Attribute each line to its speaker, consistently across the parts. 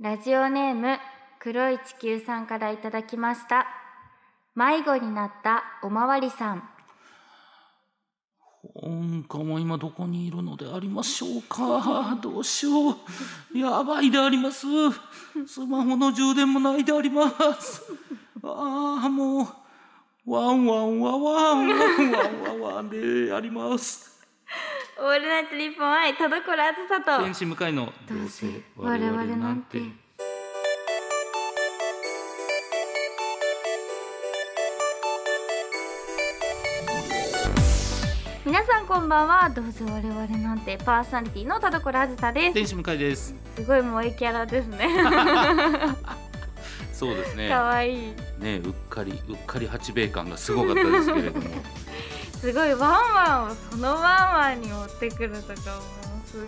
Speaker 1: ラジオネーム黒い地球さんからいただきました迷子になったおまわりさん
Speaker 2: 本家も今どこにいるのでありましょうかどうしようやばいでありますスマホの充電もないでありますああもうワンワンワンワンワンワンワンワンであります
Speaker 1: オールナイト日本愛田所あずさと
Speaker 2: 天使向かいの
Speaker 1: どうせ我々なんて皆さんこんばんはどうせ我々なんてパーソナリティの田所あずさです
Speaker 2: 天使向かいです
Speaker 1: すごい萌えキャラですね
Speaker 2: そうですね
Speaker 1: 可愛い
Speaker 2: ねうっかりうっかり八米感がすごかったですけれど も
Speaker 1: すごいワンワンをそのワンワンに持ってくるとかもうすご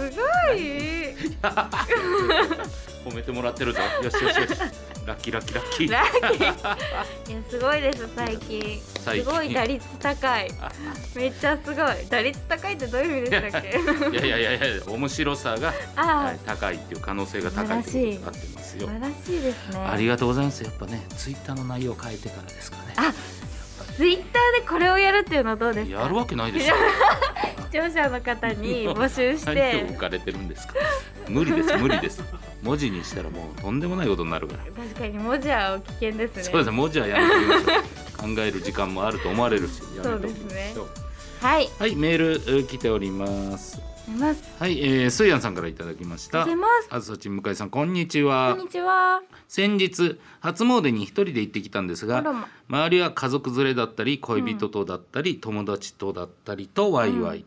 Speaker 1: いすごい
Speaker 2: 褒めてもらってるぞよしよしよしラッキーラッキーラッキー
Speaker 1: ラッキーいやすごいです最近
Speaker 2: 最近
Speaker 1: すごい打率高いめっちゃすごい打率高いってどういう意味でしたっけ
Speaker 2: いやいやいやいや面白さが、は
Speaker 1: ああ
Speaker 2: い、高いっていう可能性が高いということになってます
Speaker 1: 素
Speaker 2: よ
Speaker 1: 晴らしいですね
Speaker 2: ありがとうございますやっぱねツイッターの内容を変えてからですかね
Speaker 1: あツイッターでこれをやるっていうのはどうです
Speaker 2: や
Speaker 1: か
Speaker 2: るわけないでしょ
Speaker 1: 視聴者の方 に募集し
Speaker 2: 何を
Speaker 1: て
Speaker 2: 浮かれてるんですか無理です無理です文字にしたらもうとんでもないことになるから、
Speaker 1: 確かに文字は危険ですね
Speaker 2: そうですね文字はやめてください考える時間もあると思われるしやめておきましょう
Speaker 1: はい
Speaker 2: はいメールえー来ております
Speaker 1: います
Speaker 2: はい、えー、スイアンさんからいただきまし
Speaker 1: ご
Speaker 2: た
Speaker 1: ざいます
Speaker 2: あずさちん向井さんこんにち
Speaker 1: こ
Speaker 2: は
Speaker 1: んにちは
Speaker 2: 先日初詣に一人で行ってきたんです
Speaker 1: あ
Speaker 2: が
Speaker 1: らま
Speaker 2: 周りは家族連れだったり恋人とだったり、友達とだったりとワイワイ、
Speaker 1: う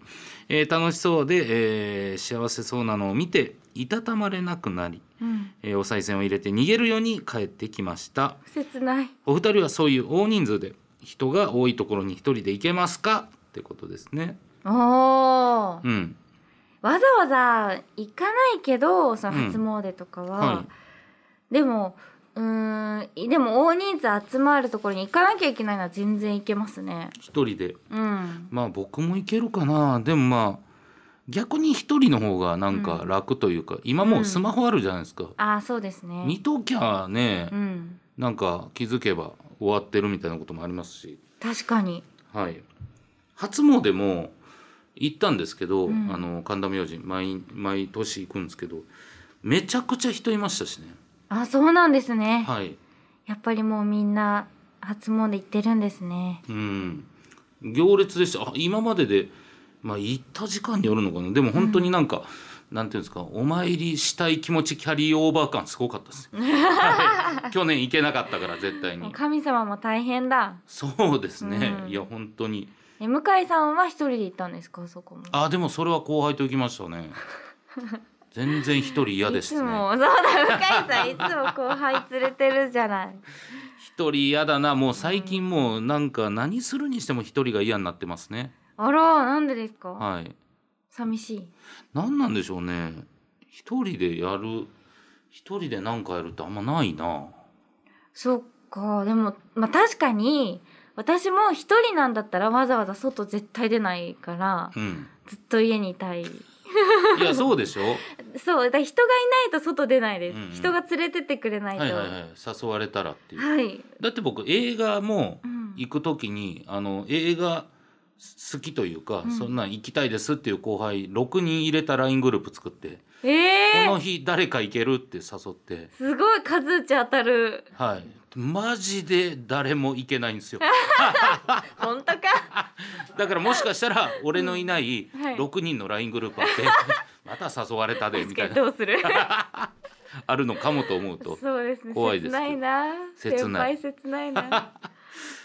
Speaker 2: えー楽しそうで、えー幸せそうなのを見ていたたまれなくなり、
Speaker 1: うん
Speaker 2: えーお賽銭を入れて逃げるように帰ってきました
Speaker 1: 切ない
Speaker 2: お二人はそういう大人数で人が多いところに一人で行けますかってことですね
Speaker 1: おお
Speaker 2: うん
Speaker 1: わざわざ行かないけどその初詣とかは、
Speaker 2: うんは
Speaker 1: でもうーんでも大人数集まるところに行かなきゃいけないのは全然行けますね
Speaker 2: 一人で
Speaker 1: うん
Speaker 2: まあ僕も行けるかなでもまあ逆に一人の方がなんか楽というか、今もうスマホあるじゃないですか、
Speaker 1: ああそうですね
Speaker 2: 見ときゃね、
Speaker 1: うん
Speaker 2: なんか気づけば終わってるみたいなこともありますし、
Speaker 1: 確かに
Speaker 2: はい、初詣も行ったんですけど、
Speaker 1: うん
Speaker 2: あの神田明神毎毎年行くんですけどめちゃくちゃ人いましたしね、
Speaker 1: あそうなんですね、
Speaker 2: はい
Speaker 1: やっぱりもうみんな初詣行ってるんですね
Speaker 2: うん、行列でしたあ今までで、まあ、行った時間によるのかなでも本当になんか、なんていうんですかお参りしたい気持ちキャリーオーバー感すごかったです、 はい去年行けなかったから絶対
Speaker 1: もう
Speaker 2: に
Speaker 1: 神様も大変だ
Speaker 2: そうですね、
Speaker 1: うん
Speaker 2: いや本当に。
Speaker 1: え向井さんは一人で行ったんですかそこも
Speaker 2: あでもそれは後輩と行きまし たね全然一人嫌で
Speaker 1: い
Speaker 2: す
Speaker 1: つ
Speaker 2: ね
Speaker 1: もそうだ向井さんいつも後輩連れてるじゃない
Speaker 2: 一人嫌だなもう最近もうなんか何するにしても一人が嫌になってますね
Speaker 1: あらなんでですか
Speaker 2: はい
Speaker 1: 寂しい
Speaker 2: 何なんでしょうね一人でやる一人で何かやるってあんまないな
Speaker 1: そっかでもまあ確かに私も一人なんだったらわざわざ外絶対出ないから
Speaker 2: うん
Speaker 1: ずっと家にいたい
Speaker 2: いやそうで しょ
Speaker 1: そうだから人がいないと外出ないです、
Speaker 2: うんうん
Speaker 1: 人が連れてってくれないと
Speaker 2: は
Speaker 1: はいい、
Speaker 2: はいはい誘われたらっていう
Speaker 1: はい
Speaker 2: だって僕映画も
Speaker 1: うん
Speaker 2: 行く時にあの映画好きというか、
Speaker 1: うん
Speaker 2: そんなん行きたいですっていう後輩6人入れた LINE グループ作って
Speaker 1: え
Speaker 2: こ
Speaker 1: ー
Speaker 2: の、日誰か行けるって誘って、
Speaker 1: すごい数打ち当たる
Speaker 2: はい、マジで誰も行けないん ですよ。
Speaker 1: 本当か
Speaker 2: だからもしかしたら俺のいない
Speaker 1: うんはい
Speaker 2: 6人の LINE グループ あって、また誘われた でみ
Speaker 1: 確
Speaker 2: た
Speaker 1: かに
Speaker 2: いな
Speaker 1: どう する
Speaker 2: あるのかもと思うと、
Speaker 1: そうですね
Speaker 2: 怖いです
Speaker 1: 切ないな
Speaker 2: 切ない
Speaker 1: 先輩切ないな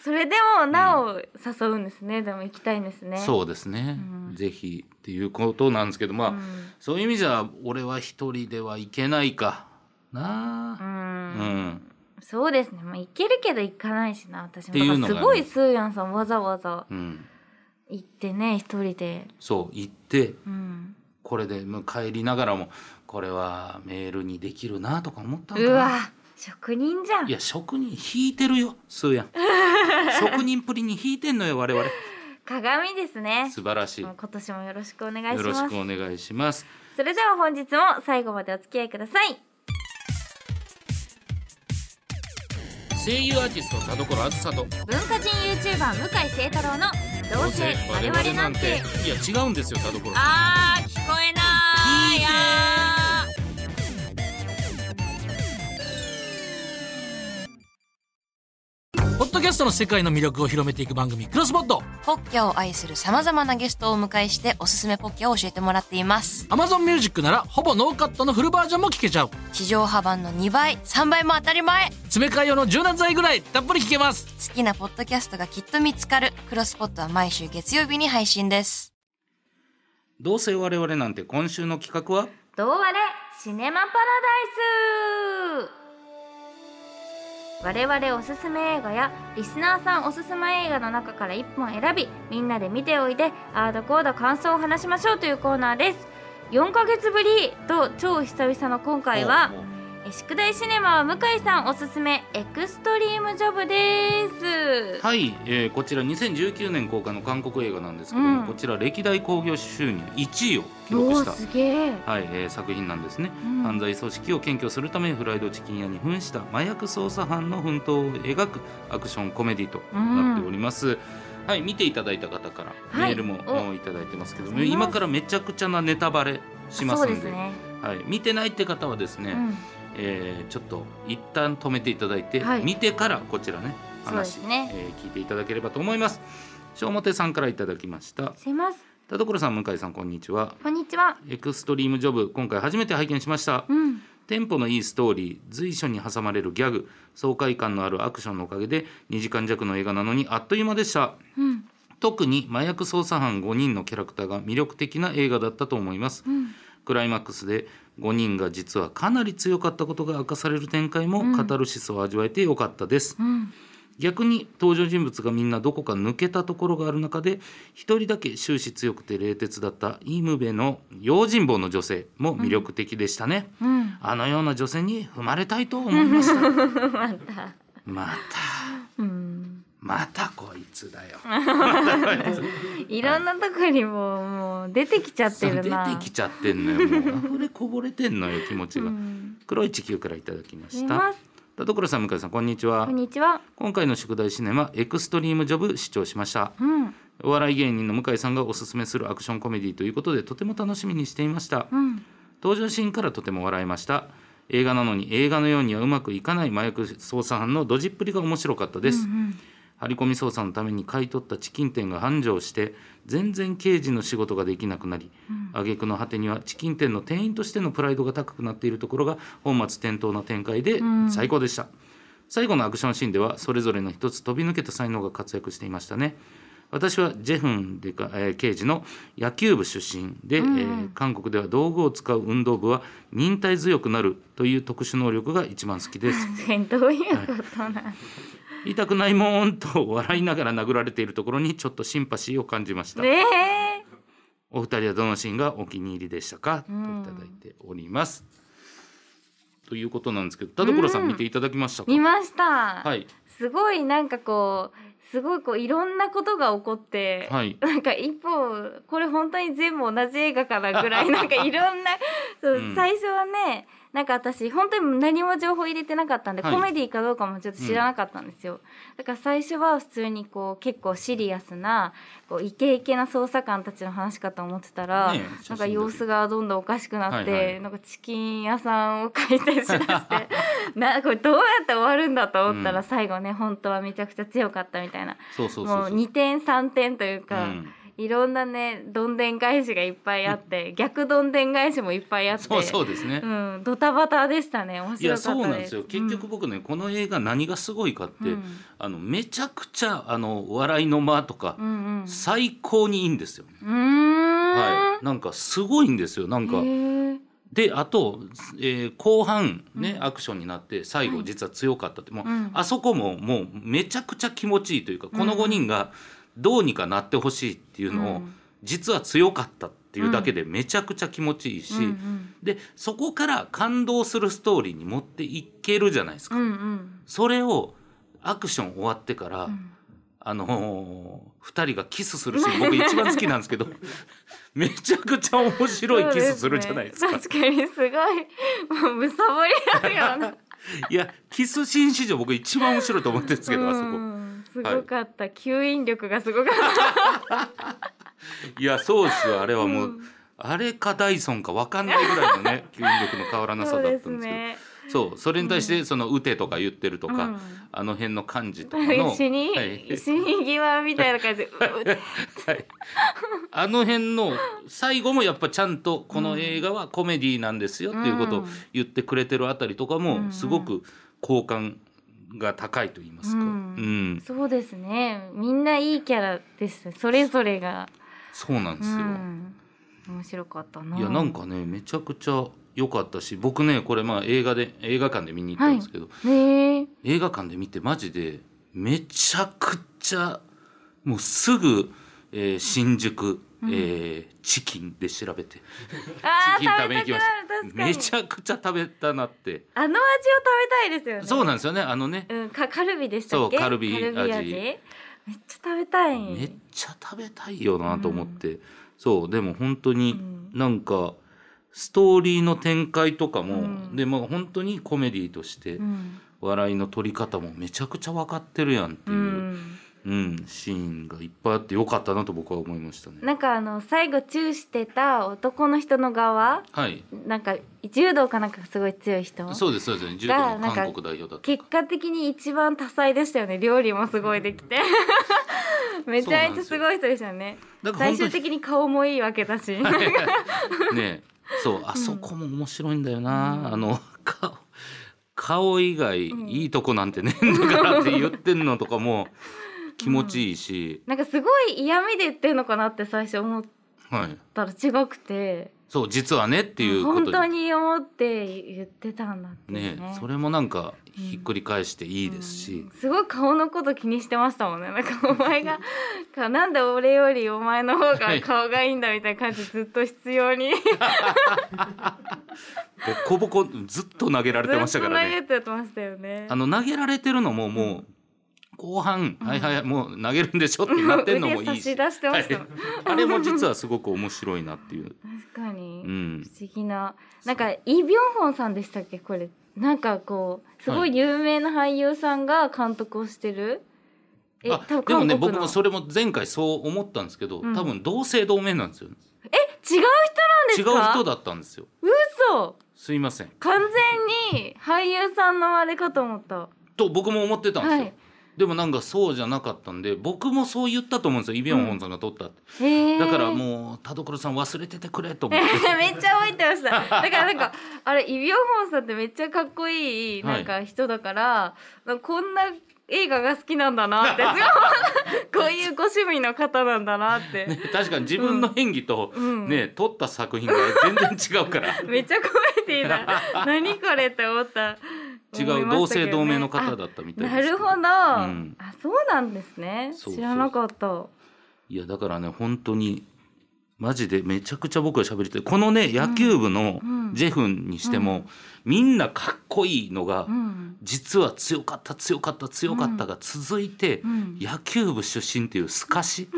Speaker 1: それでもなお誘うんですね、でも行きたいんですね
Speaker 2: そうですね、
Speaker 1: うん
Speaker 2: ぜひっていうことなんですけどまあ、
Speaker 1: うん
Speaker 2: そういう意味じゃ俺は一人では行けないか
Speaker 1: う
Speaker 2: なあ。うんん
Speaker 1: そうですね、まあ、行けるけど行かないしな私も
Speaker 2: っていう
Speaker 1: だ
Speaker 2: のがね
Speaker 1: からすごいスーヤンさんわざわざ
Speaker 2: うん、
Speaker 1: 行ってね一人で、
Speaker 2: そう行って
Speaker 1: うん、
Speaker 2: これでもう帰りながらもこれはメールにできるなとか思ったのか
Speaker 1: う
Speaker 2: な
Speaker 1: わ職人じゃん
Speaker 2: いや職人引いてるよスーヤ ン職人プリに引いてんのよ我々
Speaker 1: 鏡ですね
Speaker 2: 素晴らしい
Speaker 1: もう
Speaker 2: よ
Speaker 1: 今年もよろしくお願いし
Speaker 2: ろし
Speaker 1: ます
Speaker 2: くお願いします
Speaker 1: それでは本日も最後までお付き合いください
Speaker 2: 声優アーティスト田所あずさと
Speaker 1: 文化人 YouTuber 向井聖太郎の「どうせ我々なんて
Speaker 2: いや違うんですよ田所」
Speaker 1: あー聞こえない
Speaker 2: いいね
Speaker 1: あー
Speaker 2: ポッドキャストの世界の魅力を広めていく番組クロスボット
Speaker 3: ポッキャを愛する様々なゲストをお迎えしておすすめポッキャを教えてもらっています。
Speaker 2: Amazon ミュージックならほぼノーカットのフルバージョンも聞けちゃう
Speaker 3: 地上波版の2倍、3倍も当たり前
Speaker 2: 詰め替え用の柔軟剤ぐらいたっぷり聞けます
Speaker 3: 好きなポッドキャストがきっと見つかる。クロスポットは毎週月曜日に配信です。
Speaker 2: どうせ我々なんて今週の企画は
Speaker 1: どうあれシネマパラダイス我々おすすめ映画やリスナーさんおすすめ映画の中から1本選びみんなで見ておいであーだこーだ感想を話しましょうというコーナーです4ヶ月ぶりと超久々の今回は
Speaker 2: おうおう
Speaker 1: え宿題シネマは向井さんおすすめエクストリームジョブです
Speaker 2: はい、えーこちら2019年公開の韓国映画なんですけども、
Speaker 1: うん
Speaker 2: こちら歴代興行収入1位を記録
Speaker 1: お
Speaker 2: し
Speaker 1: ー
Speaker 2: た、
Speaker 1: すげえ、
Speaker 2: はいえー作品なんですね、
Speaker 1: うん
Speaker 2: 犯罪組織を検挙するためフライドチキン屋に扮した麻薬捜査班の奮闘を描くアクションコメディとなっております、はい見ていただいた方からメ
Speaker 1: はい
Speaker 2: ールも、
Speaker 1: お
Speaker 2: おいただいてますけど
Speaker 1: ありがとうござい
Speaker 2: も
Speaker 1: ます
Speaker 2: 今からめちゃくちゃなネタバレします
Speaker 1: そうん
Speaker 2: で
Speaker 1: ですね、
Speaker 2: はい、見てないって方はですね、
Speaker 1: うん、
Speaker 2: えーちょっと一旦止めていただいて、
Speaker 1: はい
Speaker 2: 見てからこちらね
Speaker 1: そうで
Speaker 2: 話
Speaker 1: すね
Speaker 2: えー聞いていただければと思います小表さんからいただきました
Speaker 1: すいません
Speaker 2: 田所さん向井さんこんにちは
Speaker 1: こんにちは
Speaker 2: エクストリームジョブ今回初めて拝見しました
Speaker 1: うん
Speaker 2: テンポのいいストーリー随所に挟まれるギャグ爽快感のあるアクションのおかげで2時間弱の映画なのにあっという間でした
Speaker 1: うん
Speaker 2: 特に麻薬捜査班5人のキャラクターが魅力的な映画だったと思います、
Speaker 1: うん
Speaker 2: クライマックスで5人が実はかなり強かったことが明かされる展開もカタルシスを味わえてよかったです、
Speaker 1: うん
Speaker 2: 逆に登場人物がみんなどこか抜けたところがある中で一人だけ終始強くて冷徹だったイムベの用心棒の女性も魅力的でしたね、
Speaker 1: うん
Speaker 2: あのような女性に踏まれたいと思い ましたまた
Speaker 1: うん
Speaker 2: またこいつだよまたこいつ
Speaker 1: いろんなとこにももう出てきちゃって
Speaker 2: 出
Speaker 1: るな。
Speaker 2: てきちゃってんのよもう溢れこぼれてんのよ気持ちが、
Speaker 1: うん
Speaker 2: 黒い地球からいただきま
Speaker 1: 見え
Speaker 2: した
Speaker 1: ます。
Speaker 2: 田所さん向井さんこんにち
Speaker 1: こ
Speaker 2: は
Speaker 1: んにちは。
Speaker 2: 今回の宿題シネマエクストリームジョブ視聴しました
Speaker 1: うん
Speaker 2: お笑い芸人の向井さんがおすすめするアクションコメディということでとても楽しみにしていました
Speaker 1: うん
Speaker 2: 登場シーンからとても笑いました映画なのに映画のようにはうまくいかない麻薬捜査班のドジっぷりが面白かったです、
Speaker 1: うん
Speaker 2: 張り込み捜査のために買い取ったチキン店が繁盛して全然刑事の仕事ができなくなり、挙句の果てにはチキン店の店員としてのプライドが高くなっているところが本末転倒な展開で
Speaker 1: うん
Speaker 2: 最高でした、最後のアクションシーンではそれぞれの一つ飛び抜けた才能が活躍していましたね私はジェフンでか、えー刑事の野球部出身で、えー韓国では道具を使う運動部は忍耐強くなるという特殊能力が一番好きです
Speaker 1: うん。どういうことなん。
Speaker 2: 痛くないもんと笑いながら殴られているところにちょっとシンパシーを感じました、
Speaker 1: ねえ。
Speaker 2: お二人はどのシーンがお気に入りでしたか、
Speaker 1: うん
Speaker 2: といただいておりますということなんですけど田所さ
Speaker 1: うん
Speaker 2: ん見ていただきましたか、
Speaker 1: 見ました。
Speaker 2: はい
Speaker 1: すごいなんかこうすごいこういろんなことが起こって。
Speaker 2: はい
Speaker 1: なんか一方これ本当に全部同じ映画からぐらいなんかいろん なそう、
Speaker 2: うん
Speaker 1: 最初はねなんか私本当に何も情報入れてなかったんで、
Speaker 2: はい
Speaker 1: コメディかどうかもちょっと知らなかったんですよ、だから最初は普通にこう結構シリアスなこうイケイケな捜査官たちの話かと思ってたら、
Speaker 2: ねえ
Speaker 1: なん
Speaker 2: 写真撮
Speaker 1: か
Speaker 2: り
Speaker 1: 様子がどんどんおかしくなって、
Speaker 2: はいはい
Speaker 1: なんかチキン屋さんを開店しだして なこれどうやって終わるんだと思ったら、
Speaker 2: うん
Speaker 1: 最後ね本当はめちゃくちゃ強かったみたいな
Speaker 2: そうそうそう
Speaker 1: もう
Speaker 2: そう
Speaker 1: 2点3点というか、
Speaker 2: うん
Speaker 1: いろんなねどんでん返しがいっぱいあって逆どんでん返しもいっぱいあって
Speaker 2: そうそうですね、
Speaker 1: うん、ドタバタでしたね面
Speaker 2: いや
Speaker 1: 白か
Speaker 2: そう
Speaker 1: った
Speaker 2: なん
Speaker 1: で
Speaker 2: です
Speaker 1: す
Speaker 2: よ結局僕ね、この映画何がすごいかっ
Speaker 1: う
Speaker 2: て、
Speaker 1: ん
Speaker 2: あのめちゃくちゃあの笑いの間とか、
Speaker 1: うんうん
Speaker 2: 最高にいいんですよ、
Speaker 1: うんうーん
Speaker 2: はいなんかすごいんですよなんか、
Speaker 1: へえ
Speaker 2: であと、えー後半ね、
Speaker 1: うん
Speaker 2: アクションになって最
Speaker 1: は
Speaker 2: 後
Speaker 1: い
Speaker 2: 実は強かったって、もう、
Speaker 1: うん
Speaker 2: あそこももうめちゃくちゃ気持ちいいというか、
Speaker 1: ん
Speaker 2: この5人がどうにかなってほしいっていうのを、
Speaker 1: うん
Speaker 2: 実は強かったっていうだけでめちゃくちゃ気持ちいいし、
Speaker 1: うんうん
Speaker 2: でそこから感動するストーリーに持っていけるじゃないですか。
Speaker 1: うんうん
Speaker 2: それをアクション終わってから、
Speaker 1: ん
Speaker 2: あのー、2人がキスするシーン僕一番好きなんですけ どめちゃくちゃ面白いキスするじゃないですか。
Speaker 1: そうね確かにすごいもうむさぼりあるような
Speaker 2: いやキスシーン史上僕一番面白いと思ってるんですけどあそこ。
Speaker 1: うんすごかった、吸引力がすごかった
Speaker 2: いやそうですよあれはもう、
Speaker 1: うん
Speaker 2: あれかダイソンか分かんないぐらいのね吸引力の変わらな
Speaker 1: そ
Speaker 2: さ
Speaker 1: う
Speaker 2: だ
Speaker 1: で
Speaker 2: った
Speaker 1: す
Speaker 2: んですけどそう,、
Speaker 1: ね
Speaker 2: それに対してその「打て」とか言ってるとか、
Speaker 1: うん
Speaker 2: あの辺の感じとか の。
Speaker 1: 死に、
Speaker 2: はい
Speaker 1: 死に際みたいな感じで
Speaker 2: はい、あの辺の最後もやっぱちゃんとこの映画はコメディなんですよっていうことを言ってくれてるあたりとかもすごく好感が高いと言いますか、う
Speaker 1: うんんそうですねみんないいキャラですねそれぞれが、
Speaker 2: そうなん
Speaker 1: う
Speaker 2: ですよ。
Speaker 1: ん、面白かったないい
Speaker 2: やなんかねめちゃくちゃ良かったし僕ねこれまあ映画で映画館で見に行ったんですけど、
Speaker 1: ねえ
Speaker 2: 映画館で見てマジでめちゃくちゃもうすぐ、えー新宿、えーチキンで調べて。
Speaker 1: あ
Speaker 2: チキン
Speaker 1: ー
Speaker 2: 食
Speaker 1: 食
Speaker 2: べ
Speaker 1: べた
Speaker 2: に行
Speaker 1: く
Speaker 2: き
Speaker 1: な
Speaker 2: ま
Speaker 1: る確かに
Speaker 2: しためちゃくちゃ食べたなって
Speaker 1: あの味を食べたいですよね
Speaker 2: そうなんですよねあのね
Speaker 1: うん、かカルビでしたっけ
Speaker 2: そうカルビ
Speaker 1: め
Speaker 2: 味
Speaker 1: っちゃ食べたい
Speaker 2: めっちゃ食べたいよなと思って、そうでも本当になんかストーリーの展開とかも、
Speaker 1: うん
Speaker 2: でもう本当にコメディとして
Speaker 1: うん、
Speaker 2: 笑いの取り方もめちゃくちゃ分かってるやんって
Speaker 1: う
Speaker 2: いう、うん
Speaker 1: ん、
Speaker 2: シーンがいっぱいあってよかったなと僕は思いましたね。
Speaker 1: なんかあの最後チューしてた男の人の側
Speaker 2: はい
Speaker 1: なんか柔道かなんかすごい強い人
Speaker 2: そうですそうですね柔
Speaker 1: が
Speaker 2: 道
Speaker 1: な
Speaker 2: の
Speaker 1: んか
Speaker 2: 韓国代表だった
Speaker 1: 結果的に一番多彩でしたよね料理もすごいできてめちゃめちゃすごい人でしたよね
Speaker 2: だから
Speaker 1: 最
Speaker 2: 本当
Speaker 1: 終
Speaker 2: に
Speaker 1: 的に顔もいいわけだしうん
Speaker 2: ねえそうあそこも面白いんだよな、あの顔顔以外いいとこなんてねえんだからって言ってんのとかも気持ちいいし、
Speaker 1: なんかすごい嫌味で言ってんのかなって最初思っ
Speaker 2: はい、
Speaker 1: たら違くて
Speaker 2: そう実はねっていうこと
Speaker 1: 本
Speaker 2: で
Speaker 1: 当に思って言ってたんだっていう
Speaker 2: ね
Speaker 1: ね
Speaker 2: えそれもなんかひっくり返していいですし、
Speaker 1: すごい顔のこと気にしてましたもんねなんかお前 がかなんで俺よりお前の方が顔がいいんだみたいな感じずっと必要 にずっ
Speaker 2: ボコボコずっと投げられてました
Speaker 1: と
Speaker 2: か
Speaker 1: 投
Speaker 2: らね
Speaker 1: げてましたよね
Speaker 2: あの投げられてるのももう後半、はいはいもう投げるんでしょってなってん のもいいし
Speaker 1: 腕差し出してました
Speaker 2: はいあれも実はすごく面白いなっていう、
Speaker 1: 確かに、
Speaker 2: うん
Speaker 1: 不、思議ななんかイ・ビョンホンさんでしたっけこれなんかこうすごい有名な俳優さんが監督をしてる、え
Speaker 2: あ
Speaker 1: 多分
Speaker 2: でもね
Speaker 1: 韓国
Speaker 2: 僕
Speaker 1: の
Speaker 2: もそれも前回そう思ったんですけど、
Speaker 1: うん
Speaker 2: 多分同姓同名なんですよ、ね、
Speaker 1: 違う人なんです
Speaker 2: 違う
Speaker 1: か
Speaker 2: 人だったんですよ
Speaker 1: 嘘
Speaker 2: すいません
Speaker 1: 完全に俳優さんのあれかと思った
Speaker 2: と僕も思ってたんですよ、
Speaker 1: はい
Speaker 2: でもなんかそうじゃなかったんで僕もそう言ったと思うんですよイ・ビョンホンさんが撮ったって、
Speaker 1: へー
Speaker 2: だからもう田所さん忘れててくれと思っ
Speaker 1: え
Speaker 2: て
Speaker 1: ー めっちゃ覚えてましただからなんかあれイ・ビョンホンさんってめっちゃかっこいい
Speaker 2: は
Speaker 1: なん
Speaker 2: い
Speaker 1: か人だから、なんかこんな映画が好きなんだな ってすごいこういうご趣味の方なんだなって、
Speaker 2: ね確かに自分の演技と、
Speaker 1: うん
Speaker 2: ね撮った作品が全然違うから
Speaker 1: めっちゃコメディー だ何これって思った
Speaker 2: 違
Speaker 1: 思いうま
Speaker 2: 同
Speaker 1: したけど
Speaker 2: 姓
Speaker 1: ね
Speaker 2: 同名の方だったみたいです
Speaker 1: なるほど、
Speaker 2: ん
Speaker 1: あそうなんですね
Speaker 2: そうそう
Speaker 1: 知らなかった
Speaker 2: いやだからね本当にマジでめちゃくちゃ僕は喋りたいこのね野球部の
Speaker 1: うん
Speaker 2: ジェフンにしても、みんなかっこいいのが、
Speaker 1: うん
Speaker 2: 実は強かった強かった強かったが続いて、
Speaker 1: うん
Speaker 2: 野球部出身っていう透か し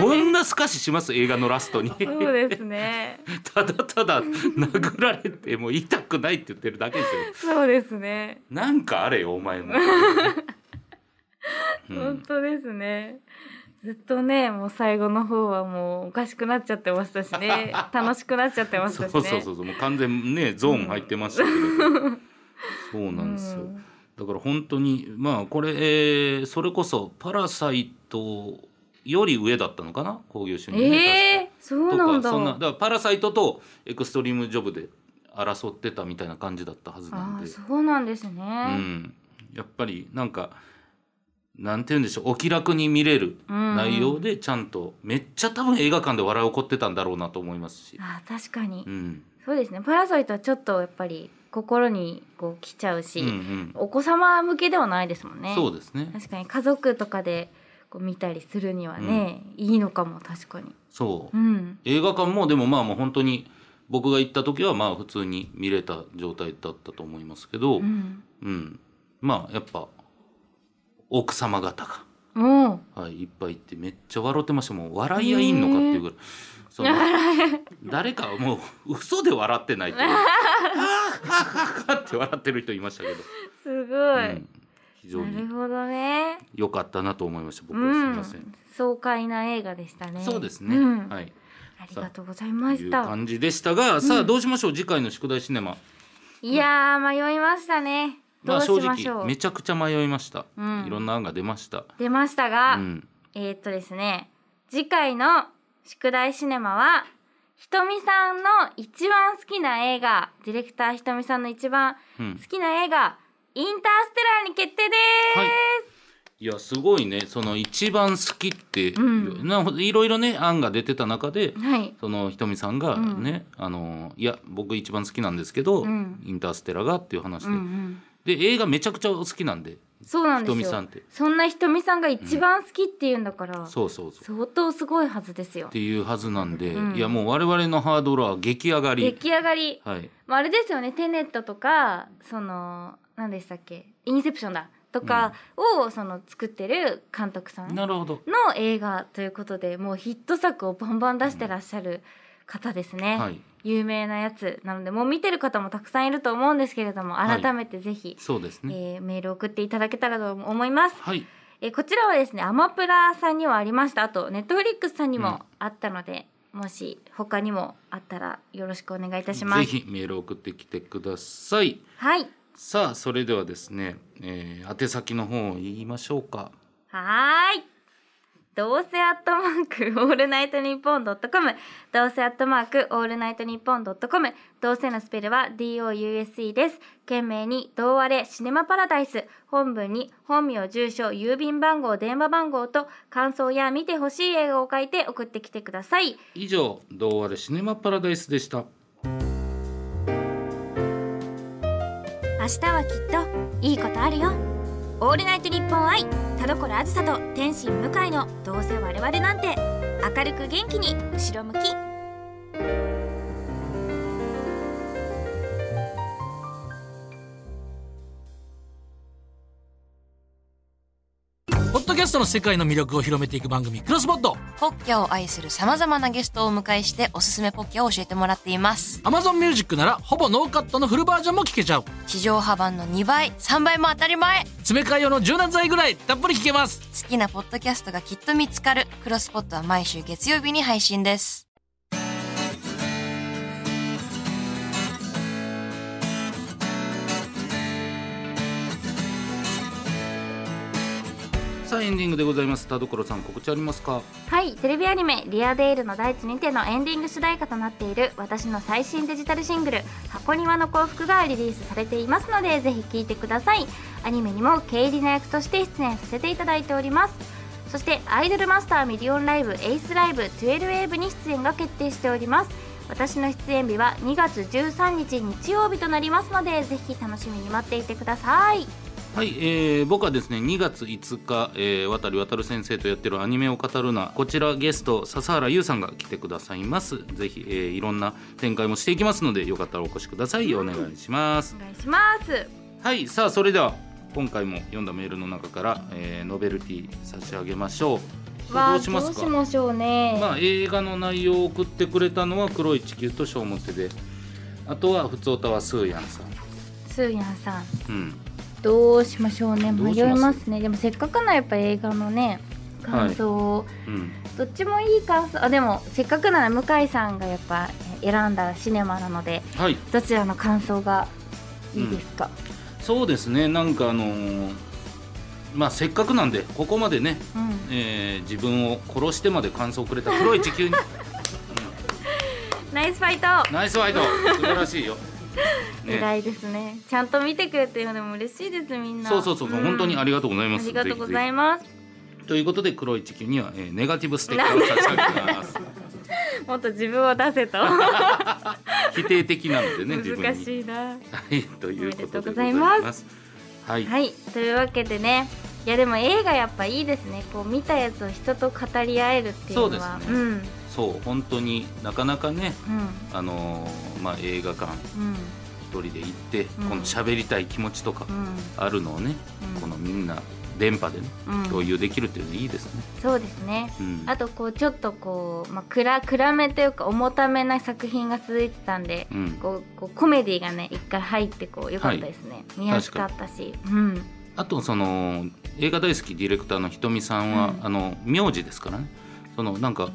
Speaker 2: こんな透かしします映画のラストに
Speaker 1: そうですね
Speaker 2: ただただ殴られても痛くないって言ってるだけですよ
Speaker 1: そうですね、
Speaker 2: なんかあれよお 前も、う
Speaker 1: 本
Speaker 2: ん、
Speaker 1: 当ですねずっとねもう最後の方はもうおかしくなっちゃってましたしね 楽しくなっちゃってまし
Speaker 2: そ
Speaker 1: た
Speaker 2: う
Speaker 1: し
Speaker 2: そ
Speaker 1: ね
Speaker 2: うそうそうもう完全にねゾーン入ってましたけど、そうなんですよ、
Speaker 1: うん
Speaker 2: だから本当にまあこれ、えーそれこそ「パラサイト」より上だったのかな興行収入ね
Speaker 1: ええー、そうなん
Speaker 2: とか
Speaker 1: だ
Speaker 2: そんなだからパラサイトとエクストリームジョブで争ってたみたいな感じだったはずなん
Speaker 1: あ
Speaker 2: で
Speaker 1: ーそうなんですね、
Speaker 2: うん、やっぱりなんかなんて言うんでしょうお気楽に見れる
Speaker 1: うん
Speaker 2: 内容でちゃんと、めっちゃ多分映画館で笑い起こってたんだろうなと思いますし、
Speaker 1: あー確かに、
Speaker 2: うん、
Speaker 1: そうですねパラサイトはちょっとやっぱり心にこう来ちゃうし、
Speaker 2: うんうん
Speaker 1: お子様向けではないですもんね
Speaker 2: そうですね
Speaker 1: 確かに家族とかでこう見たりするにはね、いいのかも確かに
Speaker 2: そう、
Speaker 1: うん
Speaker 2: 映画館もでもまあもう本当に僕が行った時はまあ普通に見れた状態だったと思いますけど、
Speaker 1: うん
Speaker 2: うん、まあやっぱ奥様方が
Speaker 1: も
Speaker 2: はい、いっぱい行ってめっちゃ笑ってましたもう笑い合いんのかっていうぐらい、その誰かはもう嘘で笑ってないって いうはあはあはあはあって笑ってる人いましたけど、
Speaker 1: うすごい、
Speaker 2: うん非常
Speaker 1: なる
Speaker 2: に
Speaker 1: ほどね
Speaker 2: 良かったなと思いました僕
Speaker 1: う
Speaker 2: はすいま
Speaker 1: ん
Speaker 2: せん、
Speaker 1: 爽快な映画でしたね
Speaker 2: そうですね、
Speaker 1: ん
Speaker 2: はい
Speaker 1: ありがとうございま
Speaker 2: と
Speaker 1: し
Speaker 2: いう
Speaker 1: た
Speaker 2: 感じでしたがさあどうしましょう次回の宿題シネマ
Speaker 1: いやー迷いましたね
Speaker 2: ま
Speaker 1: ど
Speaker 2: あ
Speaker 1: う
Speaker 2: 正
Speaker 1: しましょ
Speaker 2: 直
Speaker 1: う、
Speaker 2: めちゃくちゃ迷いました、
Speaker 1: うん
Speaker 2: いろんな案が出ました、
Speaker 1: 出ました
Speaker 2: う
Speaker 1: が、
Speaker 2: ん、
Speaker 1: えー、っとですね次回の宿題シネマはひとみさんの一番好きな映画ディレクターひとみさんの一番
Speaker 2: うん
Speaker 1: 好きな映画インターステラーに決定で
Speaker 2: はいいやすごいねその一番好きっていう、
Speaker 1: うん
Speaker 2: ないろいろね案が出てた中で
Speaker 1: ーすはい
Speaker 2: そのひとみさんが
Speaker 1: うん
Speaker 2: ね、あのいや僕一番好きなんですけど、
Speaker 1: うん
Speaker 2: インターステラがっていう話で、
Speaker 1: うんうん
Speaker 2: で映画めちゃくちゃお好きなんで
Speaker 1: そうなんですよ
Speaker 2: ひとみさんって
Speaker 1: そんなひとみさんが一番好きっていうんだから、
Speaker 2: そうそうそうっ
Speaker 1: 相当すごいはずですよ
Speaker 2: ていうはずなんで、
Speaker 1: うん
Speaker 2: いやもう我々のハードルは激上が
Speaker 1: 出
Speaker 2: り、
Speaker 1: 来上がり、
Speaker 2: はい、
Speaker 1: まあ、あれですよねテネットとかその何でしたっけインセプションだとかを、その作ってる監督さんの
Speaker 2: なるほど、
Speaker 1: 映画ということでもうヒット作をバンバン出してらっしゃる方ですね、
Speaker 2: はい
Speaker 1: 有名なやつなのでもう見てる方もたくさんいると思うんですけれども
Speaker 2: はい
Speaker 1: 改めてぜひ、
Speaker 2: そうですね、
Speaker 1: えーメール送っていただけたらと思います。
Speaker 2: はい
Speaker 1: えーこちらはですねアマプラさんにはありましたあとネットフリックスさんに
Speaker 2: うん
Speaker 1: もあったので、もし他にもあったらよろしくお願いいたしま
Speaker 2: ぜ
Speaker 1: す
Speaker 2: ひメール送ってきてください
Speaker 1: はい
Speaker 2: さあそれではですね、えー宛先の方を言いましょうか
Speaker 1: はーいどうせアットマークオールナイトニッポンドットコムどうせアットマークオールナイトニッポンドットコムどうせのスペルは DOUSE です懸命に「どうあれシネマパラダイス」本文に本名住所郵便番号電話番号と感想や見てほしい映画を書いて送ってきてください
Speaker 2: 以上「どうあれシネマパラダイス」でした
Speaker 1: 明日はきっといいことあるよオールナイトニッポン愛田所あずさと天心向井のどうせ我々なんて明るく元気に後ろ向き
Speaker 4: ポッドキャストの世界の魅力を広めていく番組、クロスポッド。
Speaker 3: ポッキャを愛する様々なゲストをお迎えしておすすめポッキャを教えてもらっています。
Speaker 4: Amazon Music なら、ほぼノーカットのフルバージョンも聞けちゃう。
Speaker 3: 地上波版の2倍、3倍も当たり前
Speaker 4: 詰め替え用の柔軟剤ぐらい、たっぷり聞けます。
Speaker 3: 好きなポッドキャストがきっと見つかる。クロスポットは毎週月曜日に配信です。
Speaker 2: さあエンディングでございます田所さん告知ありますか
Speaker 1: はいテレビアニメ「リアデイルの大地にて」のエンディング主題歌となっている私の最新デジタルシングル「箱庭の幸福」がリリースされていますのでぜひ聴いてくださいアニメにも経理な役として出演させていただいておりますそして「アイドルマスターミリオンライブ」「エースライブ」「トゥエルウェーブ」に出演が決定しております私の出演日は2月13日日曜日となりますのでぜひ楽しみに待っていてください
Speaker 2: はい、えー僕はですね2月5日、えー渡る渡る先生とやってるアニメを語るなこちらゲスト笹原優さんが来てくださいますぜひ、えーいろんな展開もしていきますのでよかったらお越しくださいお願いします
Speaker 1: お願いします
Speaker 2: はいさあそれでは今回も読んだメールの中から、えーノベルティ差し上げましょう
Speaker 1: わあ
Speaker 2: どうします
Speaker 1: ど
Speaker 2: か
Speaker 1: うしましょうね、
Speaker 2: まあ、映画の内容を送ってくれたのは黒い地球と小モテであとは普通歌はスーヤンさん
Speaker 1: スーヤンさん
Speaker 2: うん
Speaker 1: どうしましょうね
Speaker 2: ど
Speaker 1: 迷
Speaker 2: う
Speaker 1: い
Speaker 2: します
Speaker 1: ますねでもせっかくのやっぱ映画のね感想を、
Speaker 2: うん
Speaker 1: どっちもいい感想あでもせっかくなら向井さんがやっぱ選んだシネマなので
Speaker 2: はい
Speaker 1: どちらの感想がいいですか、
Speaker 2: そうですねなんかあのーまあせっかくなんでここまでね、
Speaker 1: うん
Speaker 2: えー自分を殺してまで感想 をくれた黒い地球にうん
Speaker 1: ナイスファイト、
Speaker 2: ナイスワイド素晴らしいよ、
Speaker 1: 偉いですねちゃんと見てくれてるのでも嬉しいですみんな
Speaker 2: そうそうそうそう、本当にありがとうござい
Speaker 1: り
Speaker 2: ます
Speaker 1: ありがとうござい
Speaker 2: ま
Speaker 1: ます
Speaker 2: すということで黒い地球には、えーネガティブステッカーを差し上げます
Speaker 1: もっと自分を出せと
Speaker 2: 否定的なのでね自分に
Speaker 1: 難しいな
Speaker 2: はい、というこ
Speaker 1: おめでと
Speaker 2: とでござい
Speaker 1: うござい
Speaker 2: ま。
Speaker 1: ます
Speaker 2: はい、
Speaker 1: はい、というわけでねいやでも映画やっぱいいですねこう見たやつを人と語り合えるっていうのは
Speaker 2: そうですね
Speaker 1: ん
Speaker 2: そう、本当になかなかね、
Speaker 1: うん
Speaker 2: あのーまあ、映画館
Speaker 1: うん
Speaker 2: 一人で行って、
Speaker 1: うん
Speaker 2: この喋りたい気持ちとか
Speaker 1: う。ん
Speaker 2: あるのをね、
Speaker 1: うん
Speaker 2: このみんな電波でね、
Speaker 1: うん
Speaker 2: 共有できるっていうのいいですね。
Speaker 1: そうですね、
Speaker 2: うん
Speaker 1: あとこうちょっとこう、まあ、暗暗めというか重ためな作品が続いてたんで、
Speaker 2: うん
Speaker 1: こうこうコメディがね一回入ってこう良かったですね、見やすかったし、うん、
Speaker 2: あとその映画大好きディレクターのひとみさんは、
Speaker 1: うん
Speaker 2: あの名字ですからねそのなんか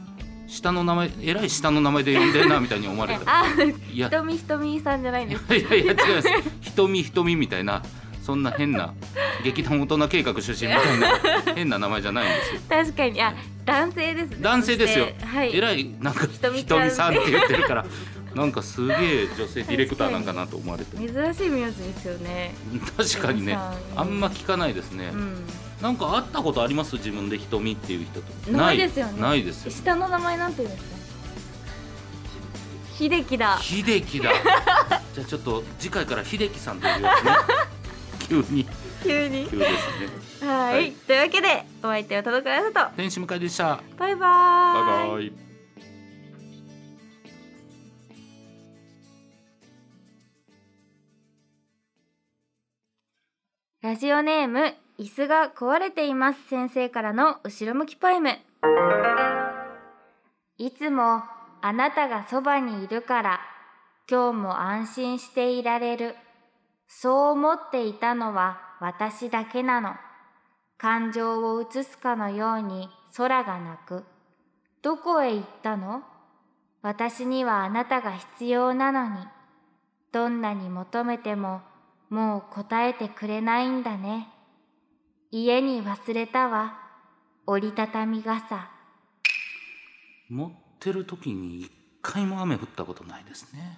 Speaker 2: 下の名前えらい下の名前で呼んでんなみたいに思われた
Speaker 1: あ
Speaker 2: いや
Speaker 1: ひとみひとみさんじゃないんです
Speaker 2: いやいや違いますひとみひとみみたいなそんな変な劇団大人計画出身みたい な変な名前じゃないんですよ
Speaker 1: 確かにあ男性ですね
Speaker 2: 男性ですよ
Speaker 1: そしてはい
Speaker 2: えらいなんかひ
Speaker 1: ひとみちゃ
Speaker 2: と
Speaker 1: ん
Speaker 2: みさんって言ってるからなんかすげえ女性ディレクターなんかなと思われて
Speaker 1: 珍しい名字ですよね
Speaker 2: 確かにね
Speaker 1: ひとみさん
Speaker 2: あんま聞かないですね、
Speaker 1: うん
Speaker 2: なんか会ったことあります自分でひとみっていう人と
Speaker 1: ないですよね
Speaker 2: ないですよ
Speaker 1: 下の名前なんて言うんですか秀樹だ
Speaker 2: 秀 樹だじゃあちょっと次回から秀樹さんというようにね急に
Speaker 1: 急に
Speaker 2: 急ですね
Speaker 1: はい、
Speaker 2: はい
Speaker 1: というわけでお相手は田所あさ
Speaker 2: 天使向井でした
Speaker 1: とバイバ
Speaker 2: バ
Speaker 1: ー
Speaker 2: イバイ
Speaker 1: ラジオネーム椅子が壊れています先生からの後ろ向きポエムいつもあなたがそばにいるから今日も安心していられるそう思っていたのは私だけなの感情を映すかのように空が泣くどこへ行ったの私にはあなたが必要なのにどんなに求めてももう答えてくれないんだね。家に忘れたわ。折りたたみ傘。
Speaker 2: 持ってる時に一回も雨降ったことないですね